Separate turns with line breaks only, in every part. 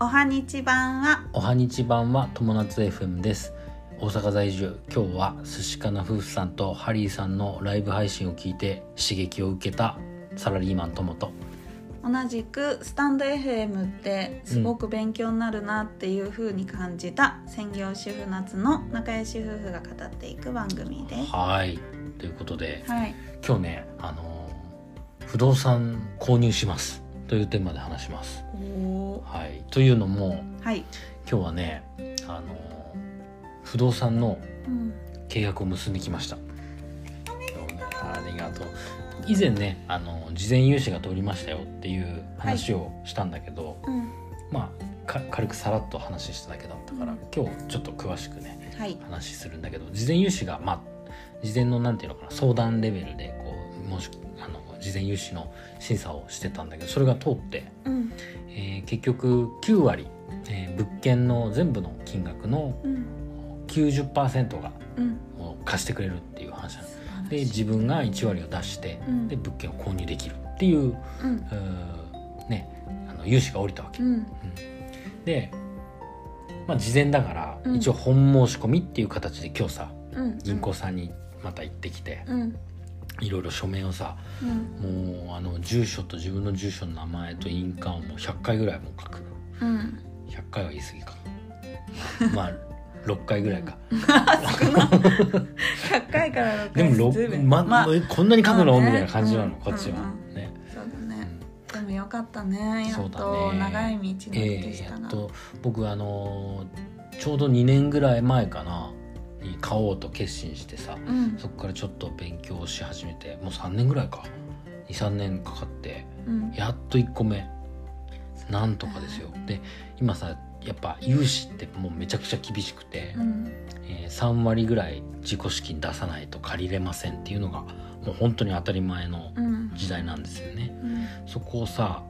おはにち版は
おはにち版は友達 FM です大阪在住今日は寿司かな夫婦さんとハリーさんのライブ配信を聞いて刺激を受けたサラリーマン友と
同じくスタンド FM ってすごく勉強になるなっていう風に感じた専業主婦夏の仲良し夫婦が語っていく番組です。
はいということで
はい、
今日ねあのー不動産購入しますというテーマで話します
おお
はいというのも
はい、
今日はねあのー不動産の
うん、
契約を結んできましたありがとう以前ねあの事前融資が通りましたよっていう話をしたんだけど、
うん、
まあか軽くさらっと話しただけだったから、
うん
今日ちょっと詳しくね
はい、
話するんだけど事前融資がまあ事前のなんていうのかな相談レベルでこうもしあの事前融資の審査をしてたんだけどそれが通って、
うん、
えー結局9割、えー物件の全部の金額の
うん、
90%が
うん、
を貸してくれるっていう話なんで
素
す
晴ら
で
しい
自分が1割を出して、
うん
で物件を購入できるっていう
うん、
うーねあの融資が下りたわけ、
うん、
で、まあ、事前だから、
うん
一応本申し込みっていう形で今日さ
うん、
銀行さんにまた行ってきて、
うん、
いろいろ書面をさ
うん、
もうあの住所と自分の住所の名前と印鑑をもう100回ぐらいもう書く
うん、
100回は言い過ぎ かまあ6回ぐらいか、
100回から6
で
回
もろ
ずいぶん
ま、
まあそう
こんなに書くの、
まあね
みたいな感じなの、
うん
こっちは、
うんうん
ね、
だ
う
ねで
ん
もよかったねや
そう
っ
だ
と
ね
長い道のりで
ええ
し
や
た
っ
が、
と僕あのーちょうど2年ぐらい前かなに買おうと決心してさ
うん
そこからちょっと勉強し始めてもう3年ぐらいか23年かかって
うん
やっと1個目なんとかですよで今さやっぱ融資ってもうめちゃくちゃ厳しくて、
うん
えー3割ぐらい自己資金出さないと借りれませんっていうのがもう本当に当たり前の
うん
時代なんですよね。
うん
そこをさ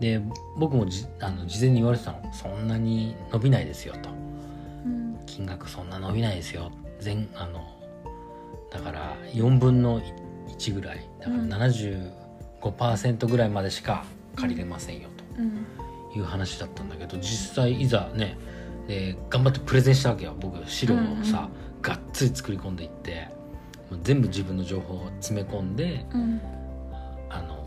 で僕もじあの事前に言われてたのそんなに伸びないですよと
うん
金額そんな伸びないですよ全あのだから4分の1ぐらいだか
うん
ら75%ぐらいまでしか借りれませんよ
うん
という話だったんだけど実際いざねで頑張ってプレゼンしたわけよ僕資料をさ、がっつり作り込んでいってもう全部自分の情報を詰め込んで、
うん
あの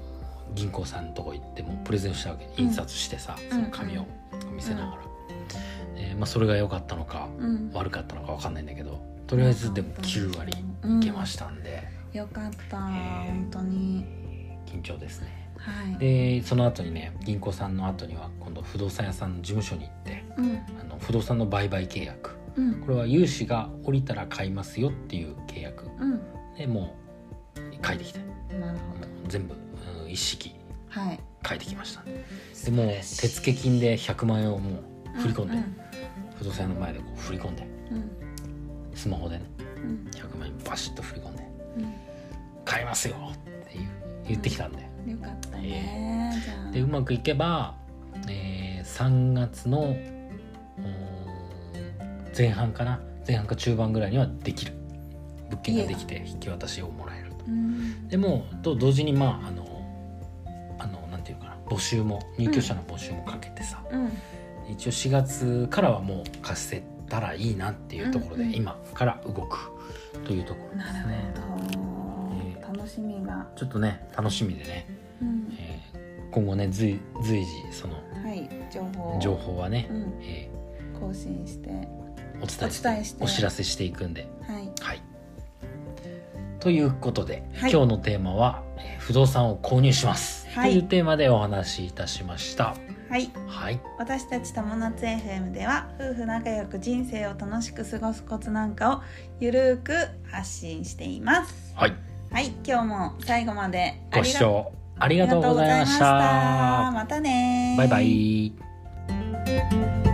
銀行さんのとこ行ってもうプレゼンしたわけ印刷してさ、
ん
その紙を見せながら、えーまあ、それが良かったのか
うん
悪かったのか分かんないんだけどとりあえずでも9割いけましたんで、
よかった
えー
本当に
緊張ですね
はい
でその後にね銀行さんの後には今度不動産屋さんの事務所に行って
うん
あの不動産の売買契約
うん
これは融資が降りたら買いますよっていう契約
うん
でもう書いてきても
なる
う全部うん一式
ほどはい
書いてきましたでもう手付金で100万円をもう振り込んで、不動産屋の前でこう振り込んで
うん
スマホでね
うん
100万円バシッと振り込んで
うん
「買いますよ!」っていう言ってきたんで、
うんよかったねじゃあ
でうまくいけば、えー3月のうーん前半かな前半か中盤ぐらいにはできる物件ができて引き渡しをもらえると
うん
でもと同時にまああのあのなんていうかな募集も入居者の募集もかけてさ、
うん
一応4月からはもう貸せたらいいなっていうところで、
うんうん
今から動くというところで
な
す
る
ね
ほ
え
ど楽しみが
ちょっとね楽しみでね、
うん
えー今後ね随随時その
はい情報
情報はね、
うん
え
更新して
ーお伝えして
お
お
伝えして
知らせしていくんで
はい
はいということで、
はい
今日のテーマは、えー不動産を購入します」
はい
というテーマでお話しいたしました
はい
はい
私たち友達 FM では夫婦仲良く人生を楽しく過ごすコツなんかをゆるーく発信しています
はい
はい今日も最後まであ
ご
り
視
が
聴あり
あ
が
りがと
とう
う
ご
ご
ざ
ざ
い
い
ま
ま
し
したたまたねー
バイバイ